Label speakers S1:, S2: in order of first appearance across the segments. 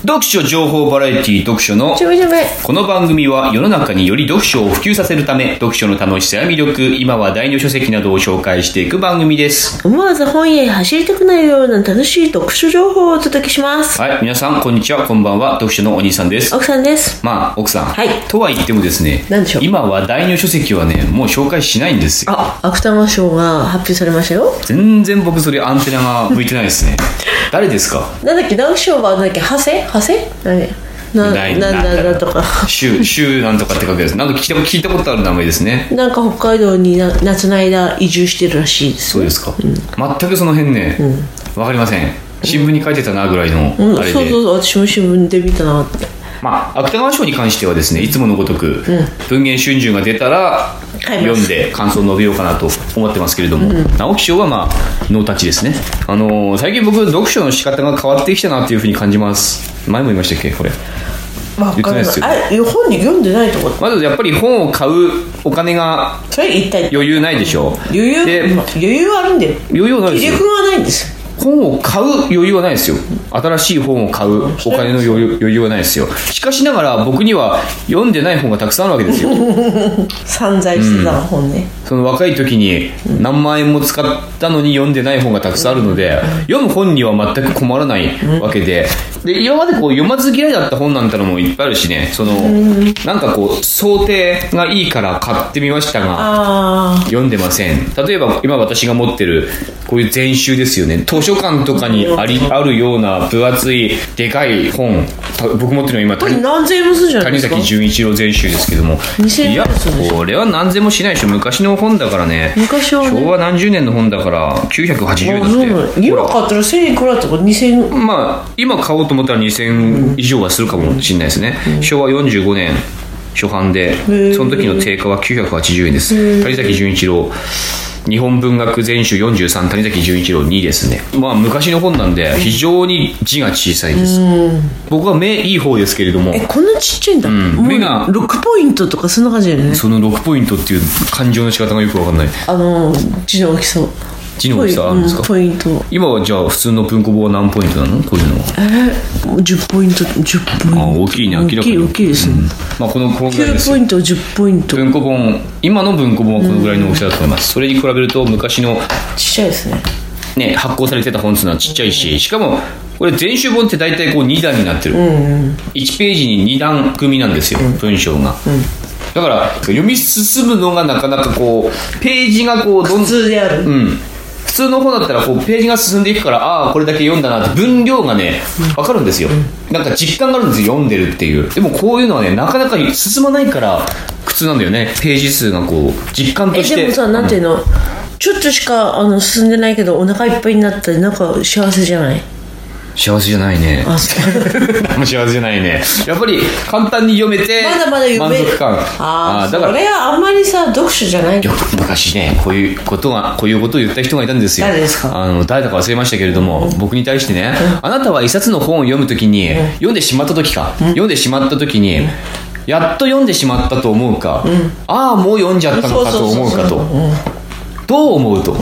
S1: 読書情報バラエティ読書の
S2: ちょめちょめ。
S1: この番組は世の中により読書を普及させるため読書の楽しさや魅力今話題の書籍などを紹介していく番組です
S2: 思わず本屋へ走りたくなるような楽しい読書情報をお届けします。
S1: はい皆さんこんにちはこんばんは読書のお兄さんです
S2: 奥さんです。
S1: まあ奥さん、
S2: はい
S1: とは言ってもですね
S2: なんでしょう
S1: 今話題の書籍はねもう紹介しないんですよ
S2: あ、芥間賞が発表されましたよ。
S1: 全然僕それアンテナが向いてないですね誰ですか
S2: なんだっけ、直木賞はなんだっけ、ハセハセなんだっけな
S1: ない
S2: なんだだとか。
S1: 週週なんとかって書くやつなんか聞いた聞いたことある名前ですね
S2: なんか北海道にな夏の間移住してるらしいです。
S1: そうですか、全くその辺ね、わかりません新聞に書いてたなぐらいの
S2: うん、
S1: あれで、
S2: そうそうそう、私も新聞で見たなって。
S1: まあ、芥川賞に関してはですねいつものごとく、文言春秋が出たら
S2: 買いま
S1: 読
S2: す
S1: んで感想を述べようかなと思ってますけれども、直木賞はまあノータッチですね、あのー最近僕読書の仕方が変わってきたなっていうふうに感じます前も言いましたっけこれ
S2: わ
S1: 言って
S2: か
S1: ない
S2: る
S1: ですよ
S2: あれ、本に読んでないってこと
S1: まずやっぱり本を買うお金が
S2: それ一体
S1: 余裕ないでしょ
S2: 余裕
S1: で
S2: 余裕はあるんだよ。
S1: 余裕はないで
S2: 気
S1: すよ
S2: 力がないんですよ。
S1: 本を買う余裕はないですよ新しい本を買うお金の余裕余裕はないですよしかしながら僕には読んでない本がたくさんあるわけですよ
S2: 散財してたの、本ね。
S1: その若い時に何万円も使ったのに読んでない本がたくさんあるので読む本には全く困らないわけでで今までこう読まず嫌いだった本なんてのもいっぱいあるしねそのなんかこう想定がいいから買ってみましたが
S2: あ
S1: 読んでません例えば今私が持ってるこういう全集ですよね図書館とかにありあるような分厚いでかい本た僕持ってるのは今
S2: あ。こ
S1: 谷
S2: れ何千円もするじゃない
S1: 谷
S2: ですか
S1: 崎。潤一郎全集ですけども
S2: 2000
S1: いや
S2: 円するでし
S1: これは何千もしないでしょ昔の本だからね
S2: 昔はね
S1: 昭和何十年の本だから980円
S2: あそうな
S1: だっ
S2: の
S1: てほ
S2: 今
S1: ら
S2: 買ったら1000円くらいとか2000円
S1: まあ今買おうと思ったら2000以上はするかもしれないですね、昭和45年初版で
S2: ー
S1: その時の定価は980円です谷崎潤一郎日本文学全集43谷崎潤一郎2ですねまあ昔の本なんで非常に字が小さいです僕は目いい方ですけれども
S2: えこんなちっちゃいんだ、
S1: ん
S2: もう
S1: 目が
S2: 6ポイントとかそんな感じだよね
S1: その6ポイントっていう感情の仕方がよくわかんない
S2: あの字の大きさ
S1: 字の大きさあるんですか
S2: ポイ,、うん、ポイント
S1: 今はじゃあ普通の文庫本は何ポイントなのこういうのは
S2: えー、もう10ポイント10ポイント
S1: あ大きいね明らかに
S2: 大きい大きいですね、
S1: まあこのこのぐらいですよ
S2: 9ポイント10ポイントちっ
S1: 文庫本今の文庫本はこのぐらいの大きさだと思いますそれに比べると昔の、
S2: ちゃいですね
S1: ね、発行されてた本っていうのはちっちゃいししかもこれ全集本って大体こう2段になってる、1ページに2段組なんですよ、文章が、だから読み進むのがなかなかこうページがこうどん
S2: 普通である、
S1: うん、普通の本だったらこうページが進んでいくからああこれだけ読んだなって分量がね分かるんですよなんか実感があるんですよ読んでるっていうでもこういうのはねなかなか進まないから苦痛なんだよねページ数がこう実感と
S2: え
S1: して
S2: でもさなんていうの、ちょっとしかあの進んでないけどお腹いっぱいになってなんか幸せじゃない
S1: 幸せじゃないね
S2: あそう
S1: 幸せじゃないねやっぱり簡単に読めて
S2: まだまだ読め
S1: 満足感
S2: ああ
S1: ー
S2: そ
S1: だから
S2: れはあんまりさ読書じゃない
S1: よく昔ねこういうことがこういうことを言った人がいたんですよ
S2: 誰ですか
S1: あの誰だか忘れましたけれども、僕に対してね、あなたは一冊の本を読むときに、読んでしまった時か、読んでしまった時に、やっと読んでしまったと思うか、ああもう読んじゃったのかと思うかと、
S2: そうそうそう
S1: どう思うと、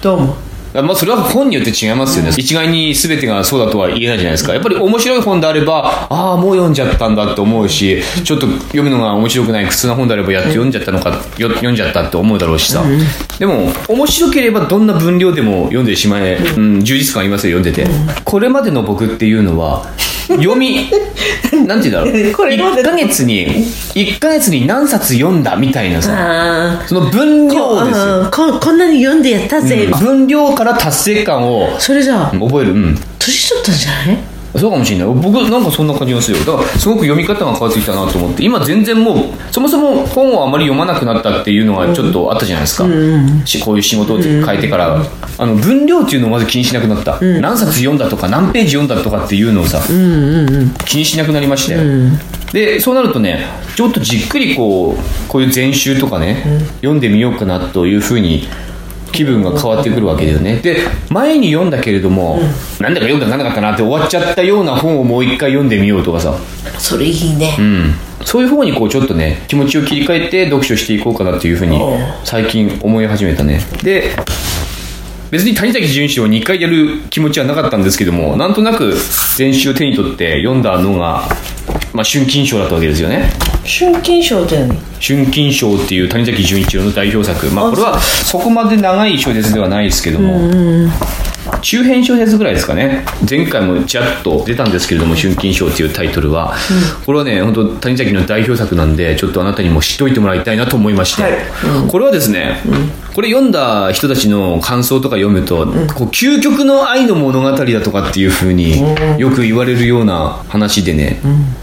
S2: どうも
S1: まあ、それは本によって違いますよね、一概に全てがそうだとは言えないじゃないですかやっぱり面白い本であればああもう読んじゃったんだって思うしちょっと読むのが面白くない苦痛な本であればやっと読んじゃったのか、よ読んじゃったって思うだろうしさ、でも面白ければどんな分量でも読んでしまえ、うん、充実感ありますよ読んでて、これまでの僕っていうのは読み なんて言うんだろう
S2: これまで
S1: 1
S2: の
S1: ヶ月に1ヶ月に何冊読んだみたいなさ
S2: ああ
S1: その分量ですよ
S2: あーここんなに読んでやったぜ、
S1: 分量から達成感を
S2: それじゃあ
S1: 覚えるうん
S2: 年取ったんじゃない
S1: そうかもしれない僕なんかそんな感じがするよだからすごく読み方が変わってきたなと思って今全然もうそもそも本をあまり読まなくなったっていうのがちょっとあったじゃないですか、しこういう仕事を変えてから、あの分量っていうのをまず気にしなくなった、何冊読んだとか何ページ読んだとかっていうのをさ、気にしなくなりまして、でそうなるとねちょっとじっくりこうこういう全集とかね、読んでみようかなというふうに気分が変わってくるわけだよねで前に読んだけれども、なんだか読んだかなんだかったなって終わっちゃったような本をもう一回読んでみようとかさ、
S2: それいいね、
S1: うん、そういう方にこうちょっとね気持ちを切り替えて読書していこうかなっていうふうに
S2: おう
S1: 最近思い始めたねで別に谷崎潤一郎を2回やる気持ちはなかったんですけどもなんとなく全集を手に取って読んだのが、まあ、春金賞だったわけですよね
S2: 春金賞って何
S1: 春金賞っていう谷崎潤一郎の代表作、まあ、これはそこまで長い小説ではないですけども、中編小説ぐらいですかね前回もちらっと出たんですけれども「春金賞」っていうタイトルは、これはね本当谷崎の代表作なんでちょっとあなたにも知っておいてもらいたいなと思いまして、
S2: はい
S1: これはですね、これ読んだ人たちの感想とか読むと、こう究極の愛の物語だとかっていうふうによく言われるような話でね、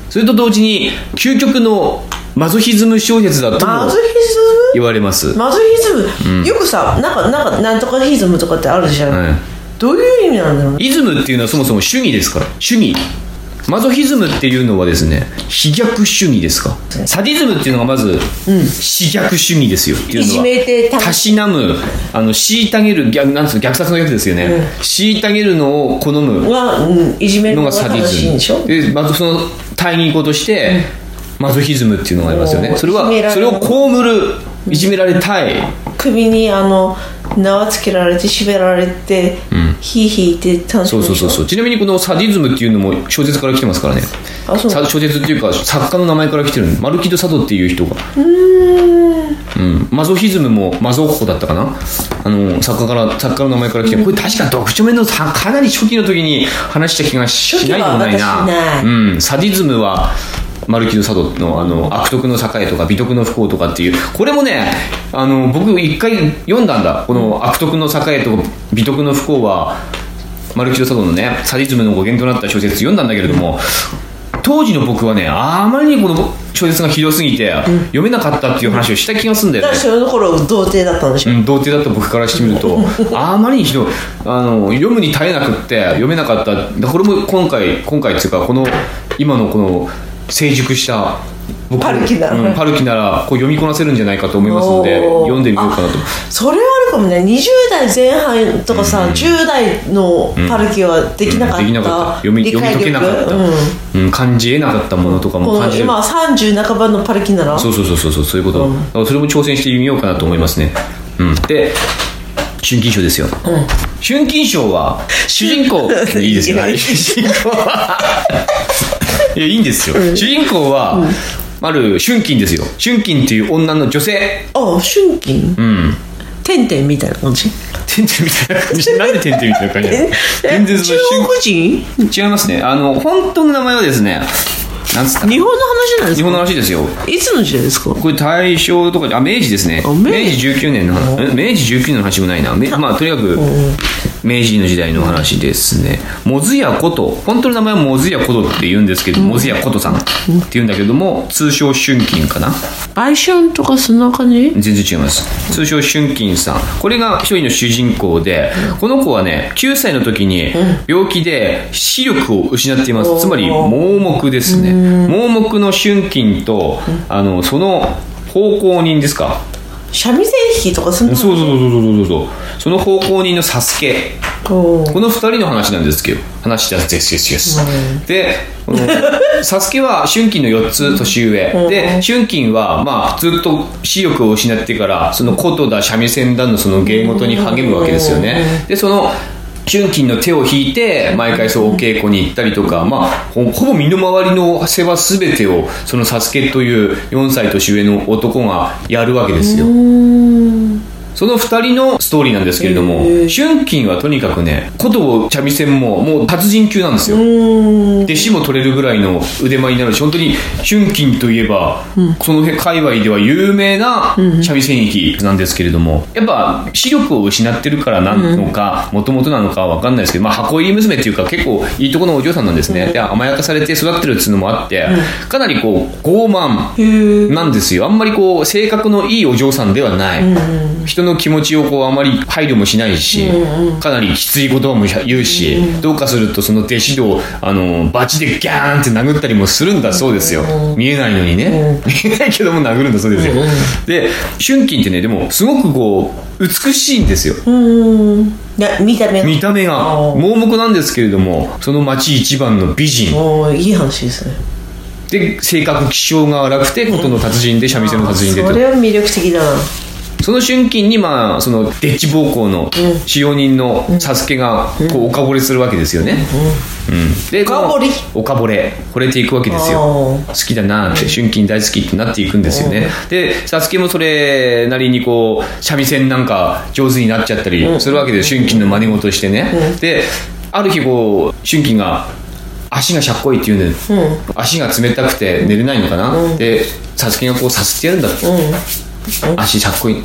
S1: それと同時に究極のマゾヒズム小説だとも
S2: マゾヒズ
S1: 言われます
S2: ムマゾヒズム、よくさなんかなんかなんとかヒズムとかってあるじゃん、
S1: はい
S2: どういう意味なんだろうね
S1: イズムっていうのはそもそも主義ですから主義マゾヒズムっていうのはですね飛逆主義ですかサディズムっていうのがまず、私逆主義ですよっていうのはい
S2: じめてた
S1: たしなむあの虐げる逆なんつうの虐殺の逆ですよね、虐げるのを好む
S2: は、うん、いじめる
S1: の
S2: の
S1: が
S2: が
S1: サディ
S2: 正しいんでし
S1: ズ
S2: ょ
S1: ムでまずその対義語として、マゾヒズムっていうのがありますよ
S2: お
S1: ね
S2: ー
S1: それ
S2: いじめられ
S1: は
S2: る
S1: それを被るいじめられたい、
S2: 首にあの縄つけられて縛られて、ヒーヒー言って楽し
S1: そ
S2: む
S1: うそうそうそうちなみにこのサディズムっていうのも小説から来てますからね
S2: あそう
S1: さ小説っていうか作家の名前から来てるマルキド・サドっていう人がうんマゾヒズムもマゾッホだったかなあの作家から作家の名前から来てるこれ確か読書面のさかなり初期の時に話した気がしないでもないな
S2: 初期は私
S1: うん、サディズムはマルキド・サドのあの悪徳の栄とか美徳の不幸とかっていうこれもねあの僕一回読んだんだこの悪徳の栄と美徳の不幸はマルキド・サドのねサディズムの語源となった小説読んだんだけれども当時の僕はねあまりにこの小説がひどすぎて読めなかったっていう話をした気がするんだよ
S2: だ
S1: ね
S2: からその頃童貞だったんでしょ、
S1: うん、童貞だった僕からしてみる とあまりにひどいあの読むに耐えなくって読めなかっただこれも今回今回っていうかこの今のこの成熟した僕
S2: パルキなら
S1: うん、パルキならこう読みこなせるんじゃないかと思いますので
S2: おー
S1: 読んでみようかなと
S2: それはあるかもね20代前半とかさ、10代のパルキはできなかった、
S1: うんできなかった読み
S2: 理解
S1: 読み解け
S2: 力
S1: なかった
S2: うん
S1: うん、感じ得なかったものとかも
S2: こ
S1: 感
S2: の
S1: じれる
S2: 今30半ばのパルキなら
S1: そうそうそうそうそうそういうこと、だからそれも挑戦してみようかなと思いますね、うん、で春金賞ですよ、春金賞は主人 公いいですよ
S2: いや
S1: はい主人公 はいやいいんですよ、主人公は、ある春金ですよ春金っていう女の女性
S2: ああ春金
S1: うん
S2: てんてんみたいな感じ
S1: てんてんみたいな感じなんでてんてんみたいな感じなの全然そ
S2: 中
S1: の
S2: 国人
S1: 春違いますねあの本当の名前はですねなんつった
S2: 日本の話なんで
S1: 日
S2: す
S1: 本
S2: か
S1: の話ですよ
S2: いつの時代ですか
S1: これ大正とかあ明治ですね
S2: あ
S1: 明
S2: 明治
S1: 治19年の話え明治19年の話もないなめまあとにかく明治の時代の話ですねモズヤコト本当の名前はモズヤコトって言うんですけど、モズヤコトさんって言うんだけども通称春金かな
S2: 売春とかそんな感じ
S1: 全然違います通称春金さんこれが一人の主人公でこの子はね9歳の時に病気で視力を失っています、つまり盲目ですね盲目の春金とあのその奉公人ですか
S2: 三味線弾きとかそんな
S1: そうそうそうそうそうそうその奉公人のサスケ
S2: おー
S1: この2人の話なんですけど話だぜすですですでこの サスケは春金の4つ年上、で春金はまあずっと視力を失ってからその琴だ三味線だのその芸事に励むわけですよねでその春金の手を引いて毎回そうお稽古に行ったりとか、まあ、ほほぼ身の回りの世話全てをそのサスケという4歳年上の男がやるわけですよその二人のストーリーなんですけれども、春金はとにかくね、琴を三味線ももう達人級なんですよ。弟子も取れるぐらいの腕前になるし、本当に春金といえば、その辺界隈では有名な三味線域なんですけれども、やっぱ視力を失ってるからなのか、もともとなのかはわかんないですけど、まあ箱入り娘っていうか結構いいとこのお嬢さんなんですね。で、甘やかされて育ってるっていうのもあって、かなりこう傲慢。なんですよあんまりこう性格のいいお嬢さんではない、人の気持ちをこうあまり配慮もしないし、かなりきついことも言うし、どうかするとその弟子道をあのバチでギャーンって殴ったりもするんだそうですよ、見えないのにね、見えないけども殴るんだそうですよ、で春金ってねでもすごくこう美しいんですよ
S2: うーんな見た目
S1: 見た目が
S2: あー
S1: 盲目なんですけれどもその町一番の美人
S2: おーいい話ですね
S1: で性格気性が荒くて琴の達人で三味線の達人でと
S2: それは魅力的だな
S1: その瞬間にまあそのデッチ暴行の使用人のサスケがこうおかぼれするわけですよね、うん、でお
S2: かぼり
S1: おかぼれ惚れていくわけですよ
S2: あ
S1: 好きだなって春金大好きってなっていくんですよねでサスケもそれなりにこう三味線なんか上手になっちゃったりするわけで春金の真似事してねである日こう春金が足がしゃっこいって言うんで、足が冷たくて寝れないのかな、でサスケがこうさすってやるんだって、足しゃっこいい、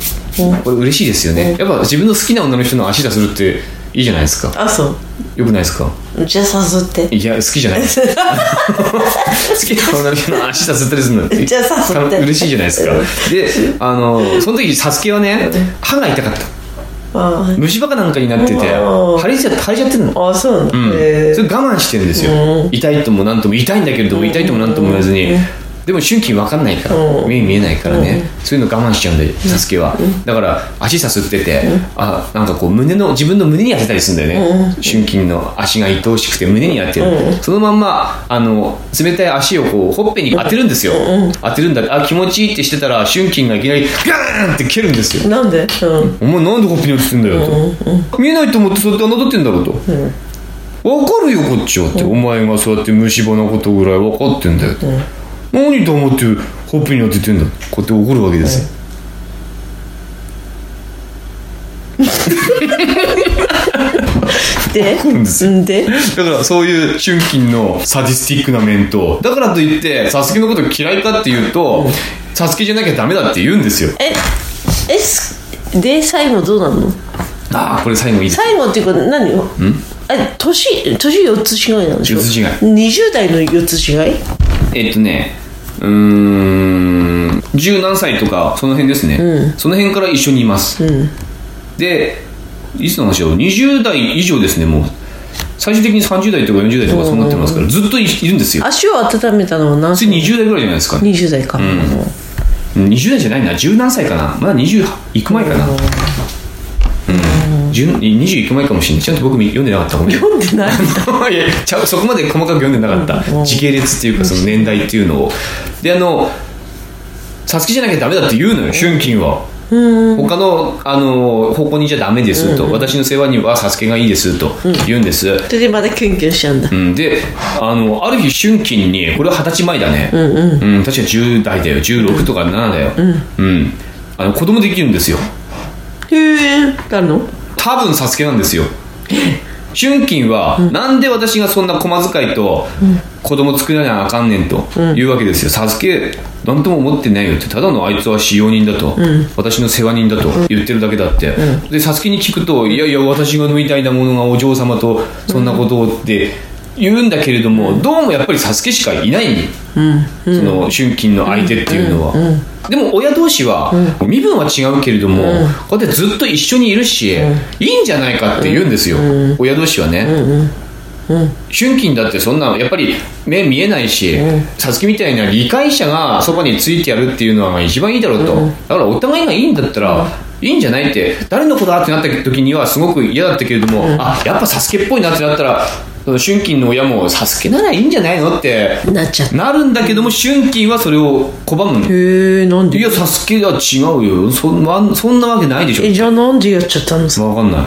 S1: これ嬉しいですよね、やっぱ自分の好きな女の人の足出するっていいじゃないですか
S2: あそ
S1: よくないですか
S2: うじゃあ誘って
S1: いや、好きじゃない。好きな女の人の足させたりするのって。
S2: じゃあさそれで
S1: 嬉しいじゃないですか。 で、あの、その時、サスケはね、歯が痛かった。
S2: あ
S1: 虫歯かなんかになってて、
S2: うん
S1: 腫れちゃって、腫れちゃってるの。
S2: ああそうなんだ、
S1: うん
S2: へえ
S1: それ我慢してるんですよ、痛いともなんとも痛いんだけれども痛いともなんとも言わずに、でも春季分かんないから、
S2: うん
S1: 目見えないからね、そういうの我慢しちゃうんでサスケは、だから足さすってて、あなんかこう胸の自分の胸に当てたりするんだよね、春季の足が愛おしくて胸に当てる、そのまんまあの冷たい足をこうほっぺに当てるんですよ、当てるんだあ気持ちいいってしてたら春季がいきなりガーンって蹴るんですよ
S2: なんでうん
S1: お前なんでコップに落ちてんだよと、見えないと思ってそうやって侮ってんだろうと、分かるよこっちはって、お前がそうやって虫歯のことぐらい分かってんだよと、何と思ってほっぺに当ててんだこうやって怒るわけですよ、
S2: で
S1: 怒るんですよ
S2: んで
S1: だからそういう春金のサディスティックな面とだからといってサスケのこと嫌いかっていうと、サスケじゃなきゃダメだって言うんですよ
S2: ええすで最後どうなの
S1: ああこれ最後いいです
S2: 最後っていうか何をえ年年4つ違いなんでしょ
S1: 四つ違い
S2: 20代の4つ違い
S1: えっとねうーん十何歳とかその辺ですね、その辺から一緒にいます、でいつの話を20代以上ですねもう最終的に30代とか40代とかそうなってますからずっといいるんですよ
S2: 足を温めたのは何
S1: 普通
S2: 歳
S1: 20代ぐらいじゃないですか、
S2: 20代か、
S1: うん20代じゃないな十何歳かなまだ20いく前かなうん10 20いく前かもしれないちゃんと僕も読んでな かったごめん
S2: 読んでない
S1: いやちゃうそこまで細かく読んでなかった時系列っていうかその年代っていうのをであのサスケじゃなきゃダメだって言うのよ春金は他のあの方向にじゃダメですと私の世話にはサスケがいいですと言うんです、
S2: それでまだキュンキュンしちゃうんだ
S1: うん、であのある日春金にこれは二十歳前だね、うん確か10代だよ16とか7だよ、うんあの子供できるんですよ
S2: へえなの
S1: 多分サスケなんですよ春金は、なんで私がそんな駒遣いと子供作らなあかんねんというわけですよ、サスケなんとも思ってないよってただのあいつは使用人だと、私の世話人だと言ってるだけだって、でサスケに聞くといやいや私がみたいなものがお嬢様とそんなことをって言うんだけれどもどうもやっぱりサスケしかいない、その春金の相手っていうのは、でも親同士は身分は違うけれども、こうやってずっと一緒にいるし、いいんじゃないかって言うんですよ、親同士はね、春金だってそんなやっぱり目見えないし、サスケみたいな理解者がそばについてやるっていうのは一番いいだろうと、だからお互いがいいんだったら、いいんじゃないって誰の子だってなった時にはすごく嫌だったけれども、あやっぱサスケっぽいなってなったらその春金の親もサスケならいいんじゃないのって
S2: なっちゃった
S1: なるんだけども春金はそれを拒むの
S2: へえなん
S1: い
S2: で
S1: やサスケは違うよそんなそんなわけないでし
S2: え
S1: ょ
S2: じゃあなんでやっちゃったんですか
S1: わかんない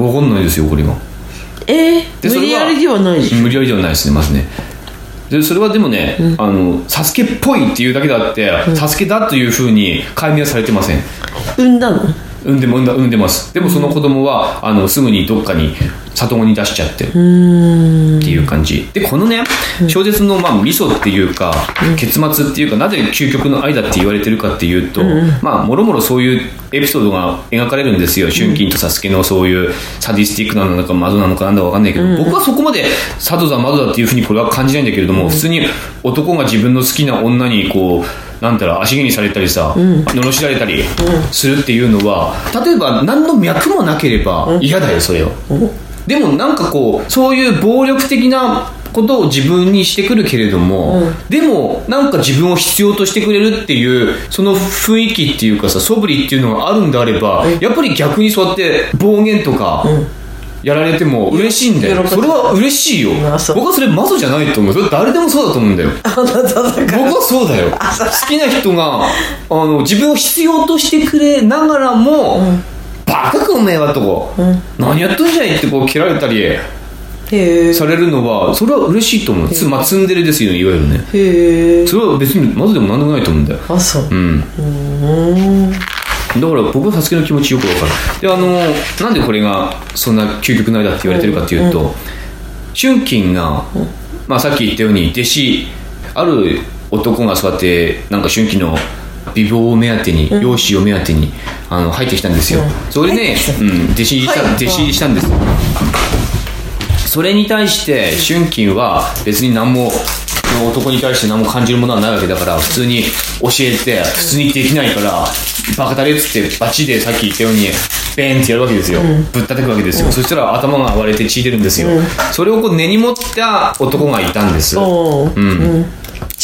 S1: わかんないですよこれが
S2: え
S1: で
S2: 無
S1: それは
S2: 理やりではないし
S1: 無理やりではないですねまずねでそれはでもね、あのサスケっぽいっていうだけであって、サスケだというふうに解明はされてません
S2: 産んだの
S1: 産んでも産んだ産んでますでもその子供は、あのすぐにどっかに里子に出しちゃってるっていう感じでこのね小説のまあ味噌っていうか、結末っていうかなぜ究極の愛だって言われてるかっていうと、まあもろもろそういうエピソードが描かれるんですよ春金とサスケのそういうサディスティックなのなのかマドなのかなんだかわかんないけど、僕はそこまでサドだマドだっていうふうにこれは感じないんだけれども、普通に男が自分の好きな女にこうなんたら足蹴にされたりさ、罵られたりするっていうのは例えば何の脈もなければ嫌だよそれを、でもなんかこうそういう暴力的なことを自分にしてくるけれども、でもなんか自分を必要としてくれるっていうその雰囲気っていうかさ素振りっていうのがあるんであれば、やっぱり逆にそうやって暴言とか、やられても嬉しいんだ
S2: 喜
S1: よ
S2: ぶ
S1: それは嬉しいよ
S2: まあそう
S1: 僕はそれマゾじゃないと思うそれ誰でもそうだと思うんだよ
S2: あなただか
S1: 僕
S2: ら
S1: はそうだよ好きな人があの自分を必要としてくれながらも、バカかおめえはとか、何やっとんじゃいってこう蹴られたり
S2: へえ
S1: されるのはそれは嬉しいと思うつまあツンデレですよねいわゆるね
S2: へえ
S1: それは別にまずでも何でもないと思うんだよ
S2: あそう
S1: うんだから僕はサスケの気持ちよくわかるであのなんでこれがそんな究極の間って言われてるかっていうと、春金が、まあ、さっき言ったように弟子ある男が座ってなんか春金の美貌を目当てに、容姿を目当てにあの入ってきたんですよ、それで、ねうん、弟子入りした、
S2: はい
S1: 弟子入りしたんですそれに対して春金は別に何もこの男に対して何も感じるものはないわけだから普通に教えて普通にできないからバカだれっつってバチでさっき言ったようにベーンってやるわけですよ、ぶったたくわけですよ、そしたら頭が割れて血出るんですよ、それをこう根に持った男がいたんです、っ
S2: おううん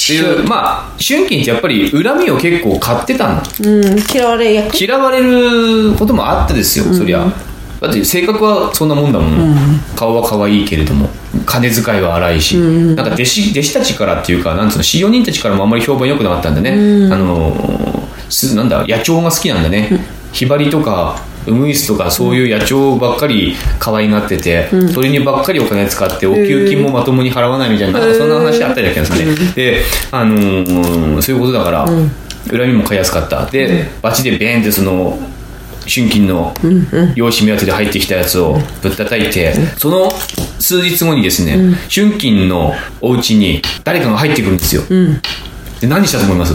S1: ていうまあ春金ってやっぱり恨みを結構買ってたんだ
S2: うん嫌われ役
S1: 嫌われることもあったですよ、そりゃだって性格はそんなもんだもん、顔は可愛いけれども金遣いは荒いし、なんか弟子弟子たちからっていうかなんつうの使用人たちからもあんまり評判良くなかったんだね、あのーすなんだ野鳥が好きなんだね、ヒバリとかウムイスとかそういう野鳥ばっかり可愛がってて、それにばっかりお金使ってお給金もまともに払わないみたいななんかそんな話あったりだけどね、で、あのーそういうことだから、恨みも買いやすかったで、バチでベーンってその春金の養子目当てで入ってきたやつをぶったたいて、その数日後にですね、春金のお家に誰かが入ってくるんですよ、で何したと思います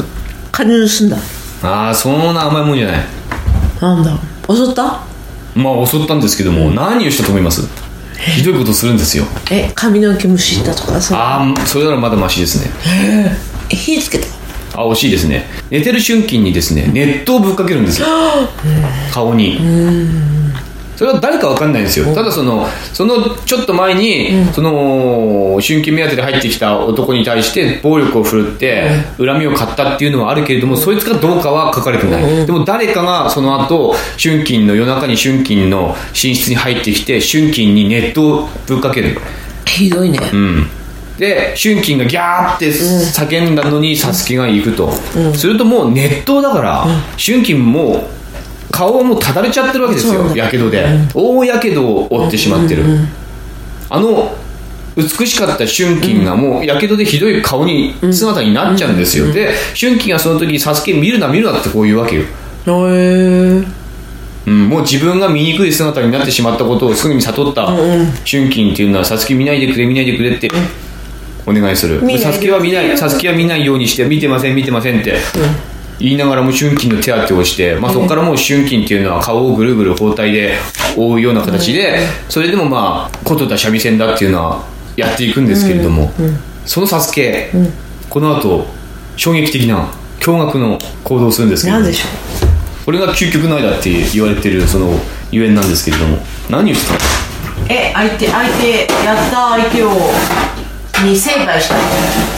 S2: 金盗んだ
S1: ああそんな甘いもんじゃない
S2: なんだ襲った
S1: まあ襲ったんですけども、何をしたと思いますひどいことをするんですよ
S2: え髪の毛むしったとかそう
S1: ああそれならまだマシですね
S2: え火つけた
S1: あ惜しいですね寝てる瞬間にですね熱湯をぶっかけるんですよ顔にそれは誰かわかんないんですよただそのそのちょっと前に、その春季目当てで入ってきた男に対して暴力を振るって恨みを買ったっていうのはあるけれどもそいつがどうかは書かれてないでも誰かがその後春季の夜中に春季の寝室に入ってきて春季に熱湯をぶっかける
S2: ひどいね
S1: で俊金がギャーって叫んだのにサツキが行くと、するともう熱湯だから、俊金も顔はもうただれちゃってるわけです
S2: そう
S1: よ
S2: なんだ
S1: やけどで、大やけどを負ってしまってる、あの美しかった俊金がもうやけどでひどい顔に姿になっちゃうんですよ、で俊金がその時に「サスケ見るな見るな」ってこう言うわけよ、
S2: へえ
S1: うん、もう自分が醜い姿になってしまったことをすぐに悟った春金っていうのは「サツキ見ないでくれ見ないでくれ」ってお願いする
S2: 見ないで
S1: サツキは見ないサツキは見ないようにして「見てません見てません」って言いながらも春金の手当てをして、まあ、そこからもう春金っていうのは顔をぐるぐる包帯で覆うような形でそれでもまあ琴田三味線だっていうのはやっていくんですけれどもそのサスケこの後衝撃的な驚愕の行動をするんですけれど
S2: なん
S1: も
S2: でしょう
S1: これが究極の愛だって言われてるそのゆえんなんですけれども何をしたの
S2: え相手相手やった相手をに成敗した
S1: い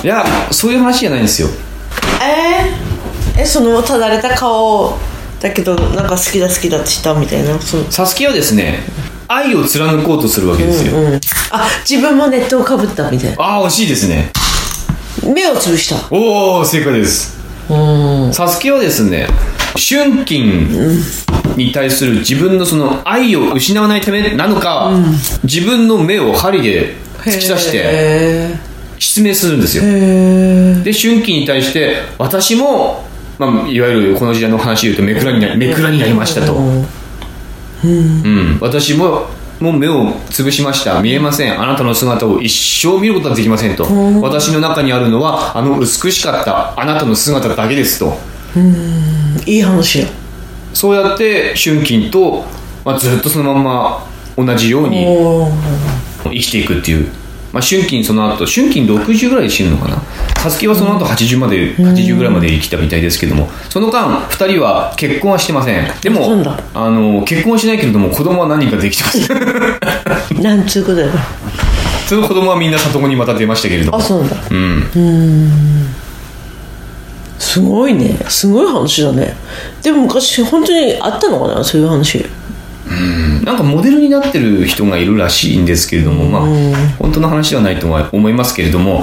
S1: やそういう話じゃないんですよ
S2: えー、えそのただれた顔だけどなんか好きだ好きだってしたみたいなそう
S1: サスケはですね愛を貫こうとするわけですよ、
S2: あ自分もネットをかぶったみたい
S1: ああ惜しいですね
S2: な目をつぶした
S1: おお正解ですサスケはですね春金に対する自分のその愛を失わないためなのか、自分の目を針で突き刺して
S2: へ
S1: 失明するんですよ
S2: えへ
S1: で春季に対して私も、まあ、いわゆるこの時代の話で言うとめくらになめくらになりましたと、うん私ももう目をつぶしました見えませんあなたの姿を一生見ることはできませんと、私の中にあるのはあの美しかったあなたの姿だけですと
S2: えいい話よ
S1: そうやって春季と、まあ、ずっとそのまんま同じように
S2: おー
S1: 生きていくっていう、まあ、春金その後春金60ぐらいで死ぬのかなサスケはその後80まで80ぐらいまで生きたみたいですけどもその間2人は結婚はしてませんでも
S2: そうなんだ
S1: あの結婚はしないけれども子供は何人かできてます
S2: なんつうことやな
S1: その子供はみんな里子にまた出ましたけれども
S2: あそうなんだうんすごいねすごい話だねでも昔本当にあったのかなそういう話
S1: うんなんかモデルになってる人がいるらしいんですけれども、まあ、本当の話ではないとは思いますけれども、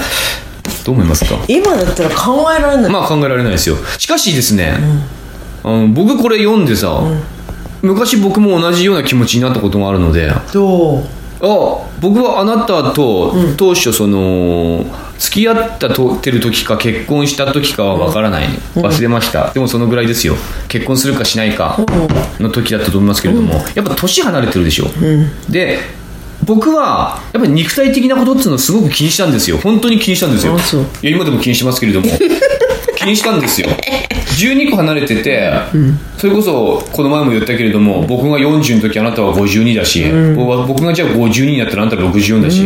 S1: どう思いますか
S2: 今だったら考えられない、
S1: まあ考えられないですよ。しかしですね、あの僕これ読んでさ、昔僕も同じような気持ちになったことがあるので、
S2: どう
S1: あ僕はあなたと当初その付き合ったとってる時か結婚した時かは分からない、忘れましたでもそのぐらいですよ結婚するかしないかの時だったと思いますけれども、やっぱ年離れてるでしょ、で僕はやっぱり肉体的なことっていうのをすごく気にしたんですよ本当に気にしたんですよ
S2: あそう
S1: いや今でも気にしてますけれども 気にしたんですよ12個離れてて、それこそこの前も言ったけれども僕が40の時あなたは52だし、僕がじゃあ52になったらあなたは64だし、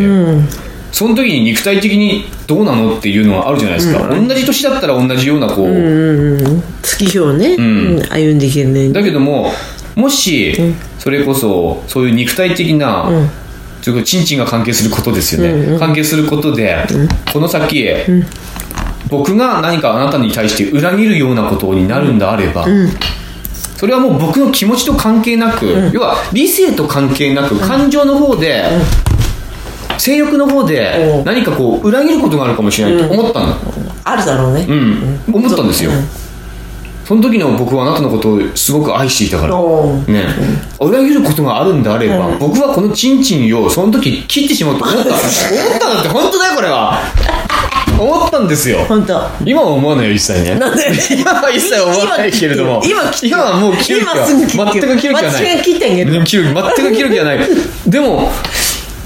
S1: その時に肉体的にどうなのっていうのはあるじゃないですか、同じ年だったら同じようなこう、
S2: 月日をね、うん歩んでいけない
S1: だけどももしそれこそそういう肉体的な、それこそチンチンが関係することですよね、関係することで、この先、僕が何かあなたに対して裏切るようなことになるんであれば、それはもう僕の気持ちと関係なく、要は理性と関係なく感情の方で、性欲の方
S2: お
S1: で
S2: う
S1: 何かこう裏切ることがあるかもしれないと思ったの、
S2: あるだろうね、
S1: うん、思ったんですよ、その時の僕はあなたのことをすごく愛していたから
S2: おー
S1: ね、裏切ることがあるんであれば、僕はこのチンチンをその時切ってしまうと思った思ったんだって本当だよこれは思ったんですよ
S2: 本当
S1: 今は思わないよ一切ね
S2: なんで
S1: 今は一切思わないけれども
S2: 今切ってよ
S1: 今はもう切る気
S2: 今すぐ切
S1: は
S2: ってよ
S1: 全く切る気はない
S2: 私が切ってあげる
S1: うん切る全く切る気はないでも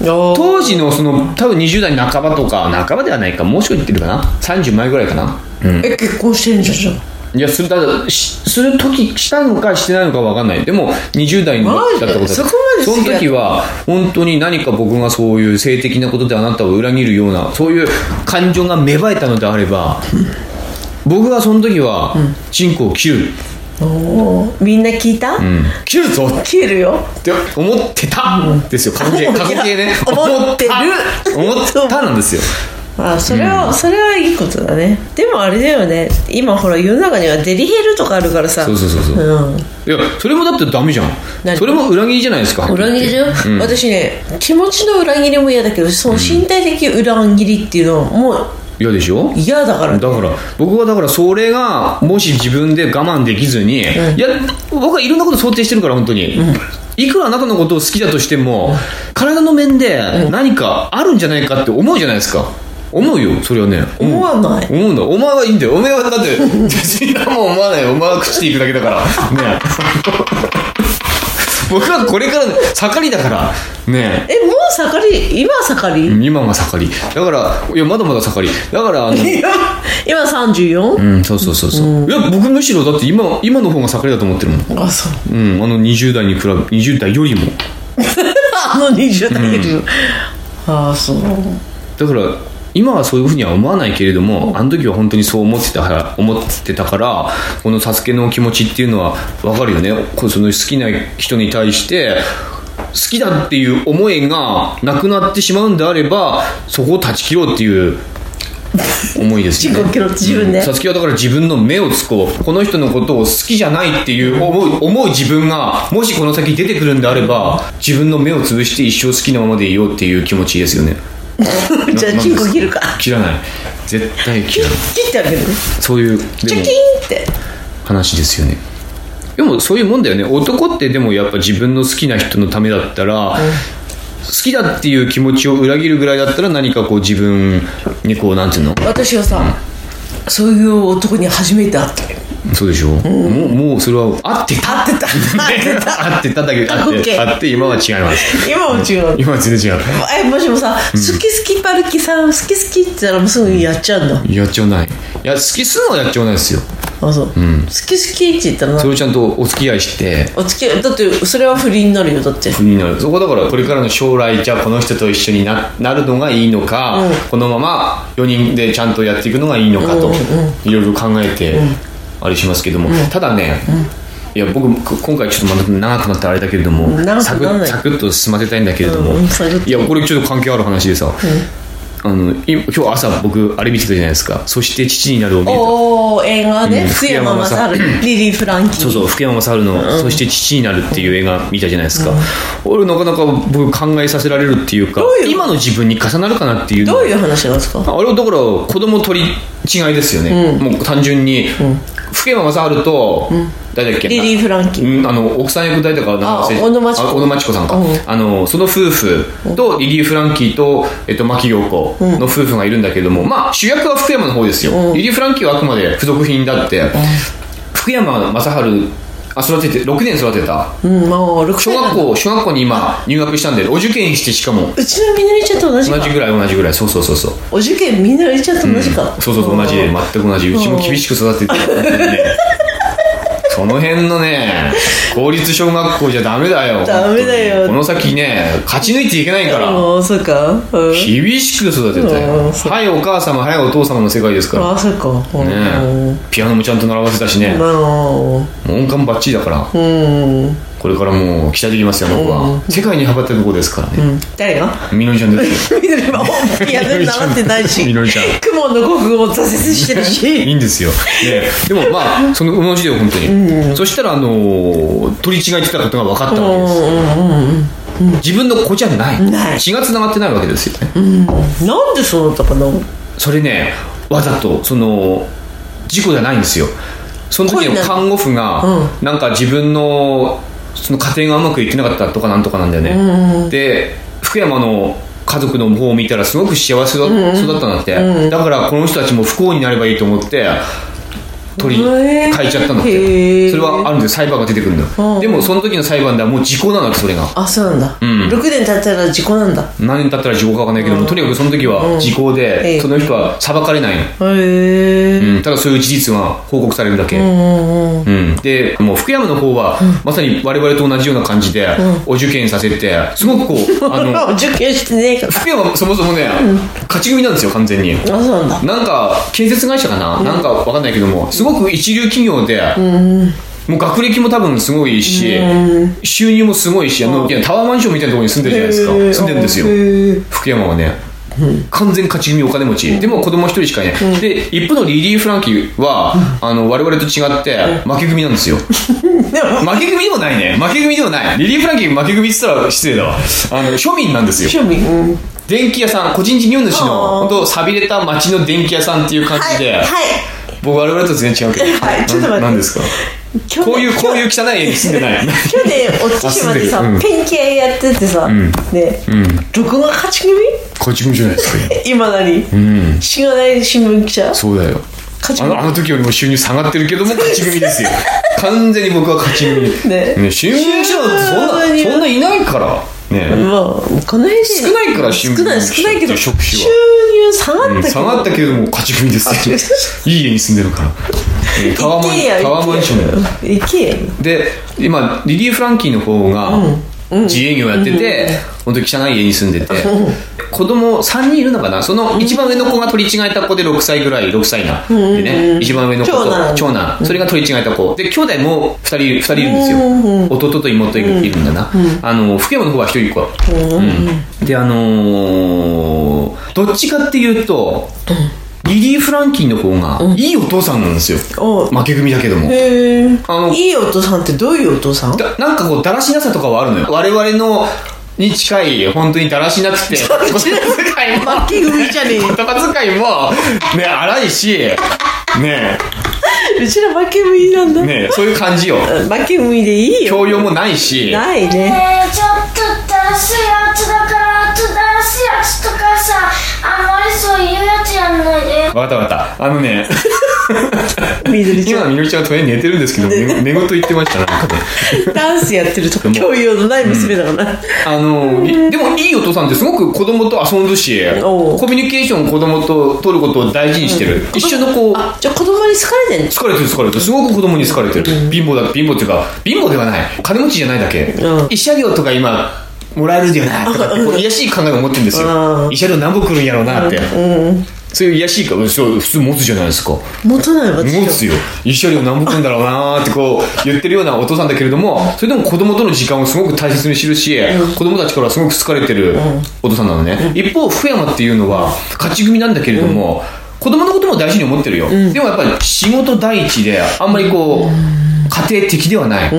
S2: おー
S1: 当時のその多分20代半ばとか半ばではないかもう少しいってるかな30前ぐらいかなうん
S2: え結婚してんじゃんじゃん
S1: いやするだしする時したのかしてないのかわかんないでも20代の
S2: マジ
S1: だ
S2: で
S1: ったことだ
S2: そこまで
S1: そ
S2: 好
S1: の
S2: きだった
S1: 時は本当に何か僕がそういう性的なことであなたを裏切るようなそういう感情が芽生えたのであれ ば僕はその時はチンコを切る、
S2: おーみんな聞いた、
S1: うん、切るぞ
S2: 切るよ
S1: って思ってたですよ過去形過去形ね
S2: 思ってる
S1: 思った思ったなんですよ
S2: あそれは、それはいいことだねでもあれだよね今ほら世の中にはデリヘルとかあるからさ
S1: そうそうそうそう
S2: うん
S1: いやそれもだってダメじゃん
S2: 何
S1: それも裏切りじゃないですか
S2: 裏切りだよ、私ね気持ちの裏切りも嫌だけどその身体的裏切りっていうのもう
S1: 嫌でしょ
S2: 嫌だから
S1: だから僕はだからそれがもし自分で我慢できずに、いや僕はいろんなこと想定してるから本当に、いくらあなたのことを好きだとしても、体の面で何かあるんじゃないかって思うじゃないですか思うよそれはね
S2: 思わない
S1: 思うんだお前はいいんだよお前はだって私はもう思わないよお前は口でいくだけだからね 僕はこれから盛りだからね
S2: えもう盛り今盛り、
S1: 今が盛りだからいやまだまだ盛りだからあ の
S2: いや 今 34?、
S1: うん、そうそうそうそう、いや僕むしろだって今今の方が盛りだと思ってるもん、
S2: あそう
S1: うん、あの20代に比べ20代よりも
S2: あの20代いる、ああそう
S1: だから今はそういうふうには思わないけれどもあの時は本当にそう思ってたから思ってたからこの「サスケの気持ちっていうのは分かるよねこうその好きな人に対して好きだっていう思いがなくなってしまうんであればそこを断ち切ろうっていう思いですよね
S2: 自己記録自分で
S1: うんサスケはだから自分の目をつこうこの人のことを好きじゃないっていう思う思う自分がもしこの先出てくるんであれば自分の目を潰して一生好きなままでいようっていう気持ちですよね
S2: じゃあチンコ切るか
S1: 切らない絶対切らない
S2: 切ってあげる
S1: そういう
S2: チ
S1: で
S2: ョ
S1: も
S2: キンって
S1: 話ですよねでもそういうもんだよね男ってでもやっぱ自分の好きな人のためだったら、好きだっていう気持ちを裏切るぐらいだったら何かこう自分にこうなんていうの
S2: 私はさ、そういう男に初めて会ったよ
S1: そうでしょ、もうもうそれは合ってた
S2: 会って た会ってた
S1: 合ってただけど合っ
S2: OK
S1: て合って今は違います
S2: 今も違う
S1: 今は全然違う
S2: えもしもさ「好き好きパルキさん好き好き」って言ったらもうすぐやっちゃうんだ、
S1: やっちゃわないいや好きするのはやっちゃわないですよ
S2: あそう、好き好きって言ったらな
S1: それをちゃんとお付き合いして
S2: お付き合いだってそれは不倫になるよだって
S1: になるそこだからこれからの将来じゃあこの人と一緒にななるのがいいのか、
S2: うん
S1: このまま4人でちゃんとやっていくのがいいのかと、
S2: うんうん
S1: いろいろ考えてあれしますけども、ただね、いや僕こ今回ちょっとまた長くなったあれだけれども
S2: 長くなら
S1: サ
S2: ない
S1: クッサクッと進ませたいんだけれども、
S2: うんうんサクッと
S1: いやこれちょっと関係ある話でさ、あのい今日朝僕あれ見てたじゃないですか「そして父になる」を見てた
S2: おお映画ね、
S1: うん
S2: 福山雅治リリー・フランキー
S1: そうそう福山雅治の、そして父になる」っていう映画見たじゃないですか、俺なかなか僕考えさせられるっていうか
S2: どういう
S1: 今の自分に重なるかなっていうの
S2: どういう話なんですか
S1: あれはだから子供取り違いですよね、もう単純に、福山雅治と、誰だっけ
S2: リリー・フランキー
S1: うん、あの奥さん役誰だかな
S2: あ小野真知子
S1: あ小野真知子さんか、
S2: うん
S1: あのその夫婦とリリー・フランキーと、えっと、牧陽子の夫婦がいるんだけども、まあ主役は福山の方ですよ、リリー・フランキーはあくまで付属品だって、福山雅治あ育てて6年育てた
S2: うんもう6
S1: 小
S2: 歳
S1: 学校小学校に今入学したんでお受験してしかも
S2: うちのみのりちゃんと同じか
S1: 同じぐらい同じぐらいそうそうそうそう
S2: お受験みのりちゃんと同じか、
S1: そうそうそう同じで全く同じうちも厳しく育ててるねその辺のね公立小学校じゃダメだよ
S2: ダメだよ
S1: この先ね勝ち抜いていけないから
S2: ああそうかうん
S1: 厳しく育てた
S2: う
S1: よ
S2: んそう
S1: はいお母様はいお父様の世界ですか
S2: ああそうかう
S1: ら
S2: ん
S1: ねピアノもちゃんと習わせたしね
S2: まあ
S1: 音感バッチリだから
S2: うん、
S1: これからもう期待できますよ僕は世界に羽ばたく子ですからね
S2: 誰が
S1: みのりちゃんです よ
S2: みのりはピアノ習ってな い
S1: み
S2: し
S1: のりちゃん
S2: 雲の国語を挫折してる
S1: い
S2: し
S1: いんですよ。ね、でもまあ、その同じだよ、本当に。そしたら、あのー取り違えてたことが分かったわけです。自分の子じゃない。
S2: ない
S1: 血が繋がってないわけですよね。
S2: なんでそうなったかな
S1: それね、わざと、その、事故じゃないんですよ。その時
S2: 恋
S1: の
S2: なの
S1: 看護婦が、なんか自分の、その家庭がうまくいってなかったとかなんとかなんだよね。で、福山の、家族の方を見たらすごく幸せだ育ったんだって。だからこの人たちも不幸になればいいと思って、取り
S2: えー
S1: 変えちゃったんだっ
S2: へ
S1: て。
S2: ー
S1: それはあるんで裁判が出てくるんだよ。でもその時の裁判ではもう時効なんだって、それが。
S2: あそうなんだ、6年経ったら事故なんだ
S1: 何年経ったら時効かわかんないけども、とにかくその時は時効
S2: え
S1: で、
S2: え
S1: その人は裁かれないの。
S2: へえ
S1: うん、ただそういう事実が報告されるだけ、うんでもう福山の方は、まさに我々と同じような感じで、お受験させてすごくこう あの
S2: お 受験してねえから
S1: 福山はそもそもね、勝ち組なんですよ完全に
S2: あそうなんだ
S1: なんか建設会社かな、なんかわかんないけどもすごく一流企業で、もう学歴も多分すごいし、収入もすごいしあのタワーマンションみたいなところに住んでるじゃないですか住ん
S2: へー
S1: でるんですよ
S2: へー
S1: 福山はね、完全勝ち組お金持ち、でも子供一人しかいない、で一方のリリー・フランキーは、あの我々と違って負け組なん ですよ負
S2: でも
S1: け組でもないね負け組でもないリリー・フランキー負け組って言ったら失礼だわあの庶民なんですよ
S2: 趣味うん
S1: 電気屋さん個人事業主の
S2: あー
S1: 本当寂れた町の電気屋さんっていう感じで、
S2: はい
S1: 僕我々と全然違うけど、
S2: はいちょっと待って
S1: 何ですか
S2: 去年
S1: こういうこういう汚い家に住んでない
S2: 去年お月島でさ、
S1: あ住んで
S2: ペンキ屋やっててさ、ね、録画勝ち組
S1: 勝ち組じゃないですか
S2: 今なり、しがない新聞記者
S1: そうだよ
S2: 勝ち
S1: あ
S2: 組
S1: のあの時よりも収入下がってるけども勝ち組ですよ完全に僕は勝ち組
S2: ね
S1: 新聞記者なんてそんな
S2: 収入
S1: そんないないからね
S2: まあお金で
S1: 少ないから新聞記
S2: 少
S1: 者
S2: ない少ないけど
S1: と
S2: 収
S1: 職種は
S2: 入下がったけど、
S1: 下がったけども勝ち組ですよいい家に住んでるからねタワーマンタワーマンション
S2: ン行けや
S1: で今リリー・フランキーの方が自営業やってて、本当に汚い家に住んでて、子供3人いるのかなその一番上の子が取り違えた子で6歳ぐらい6歳な、でね一番上の子と
S2: 長男
S1: 長男それが取り違えた子で兄弟も2人二人いるんですよ、弟と妹いるいるんだな、あの福山の方は1人っ子、うんであのーどっちかっていうと、リリー・フランキーの方がいいお父さんなんですよ、
S2: お
S1: 負け組だけども、
S2: へえ
S1: あの
S2: いいお父さんってどういうお父さん
S1: だなんかこうだらしなさとかはあるのよ我々のに近い本当にだらしなくて 言葉遣いも
S2: 負け組じゃねえよ
S1: 言葉遣いもね荒いしね
S2: うちら負け組なんだ、
S1: えねえそういう感じよ
S2: 負け組でいいよ
S1: 教養もないし
S2: ないね
S3: えー、ちょっとだらしいやつだからちょっとだらしいやつとかさあんまりそういうやつやんないで
S1: わかったわかったあの ね
S2: みずりち
S1: 今
S2: ゃん
S1: みのりちゃんは隣に寝てるんですけど寝寝言言ってましたなんかね
S2: ダンスやってるとこ教養のない娘だから、
S1: あのいでもいいお父さんってすごく子供と遊んでし
S2: おう
S1: コミュニケーションを子供と取ることを大事にしてる一緒のこう
S2: あじゃあ子供に好かれてんの
S1: 疲れてる疲れてるすごく子供に好かれてる、貧乏だ貧乏っていうか貧乏ではない金持ちじゃないだけ、
S2: うん
S1: 慰謝料とか今もらえるじゃないとかってこう癒やしい考えを持ってるんですよ
S2: うん
S1: 慰謝料何本来るんやろうなって、それ癒しいからそう普通持つじゃないですか
S2: 持たないわ私は
S1: 持つよ一緒に何本んだろうなーってこう言ってるようなお父さんだけれどもそれでも子供との時間をすごく大切にしてるし、子供たちからすごく好かれてるお父さんなのね、一方福山っていうのは勝ち組なんだけれども、子供のことも大事に思ってるよ、でもやっぱり仕事第一であんまりこう、家庭的ではない、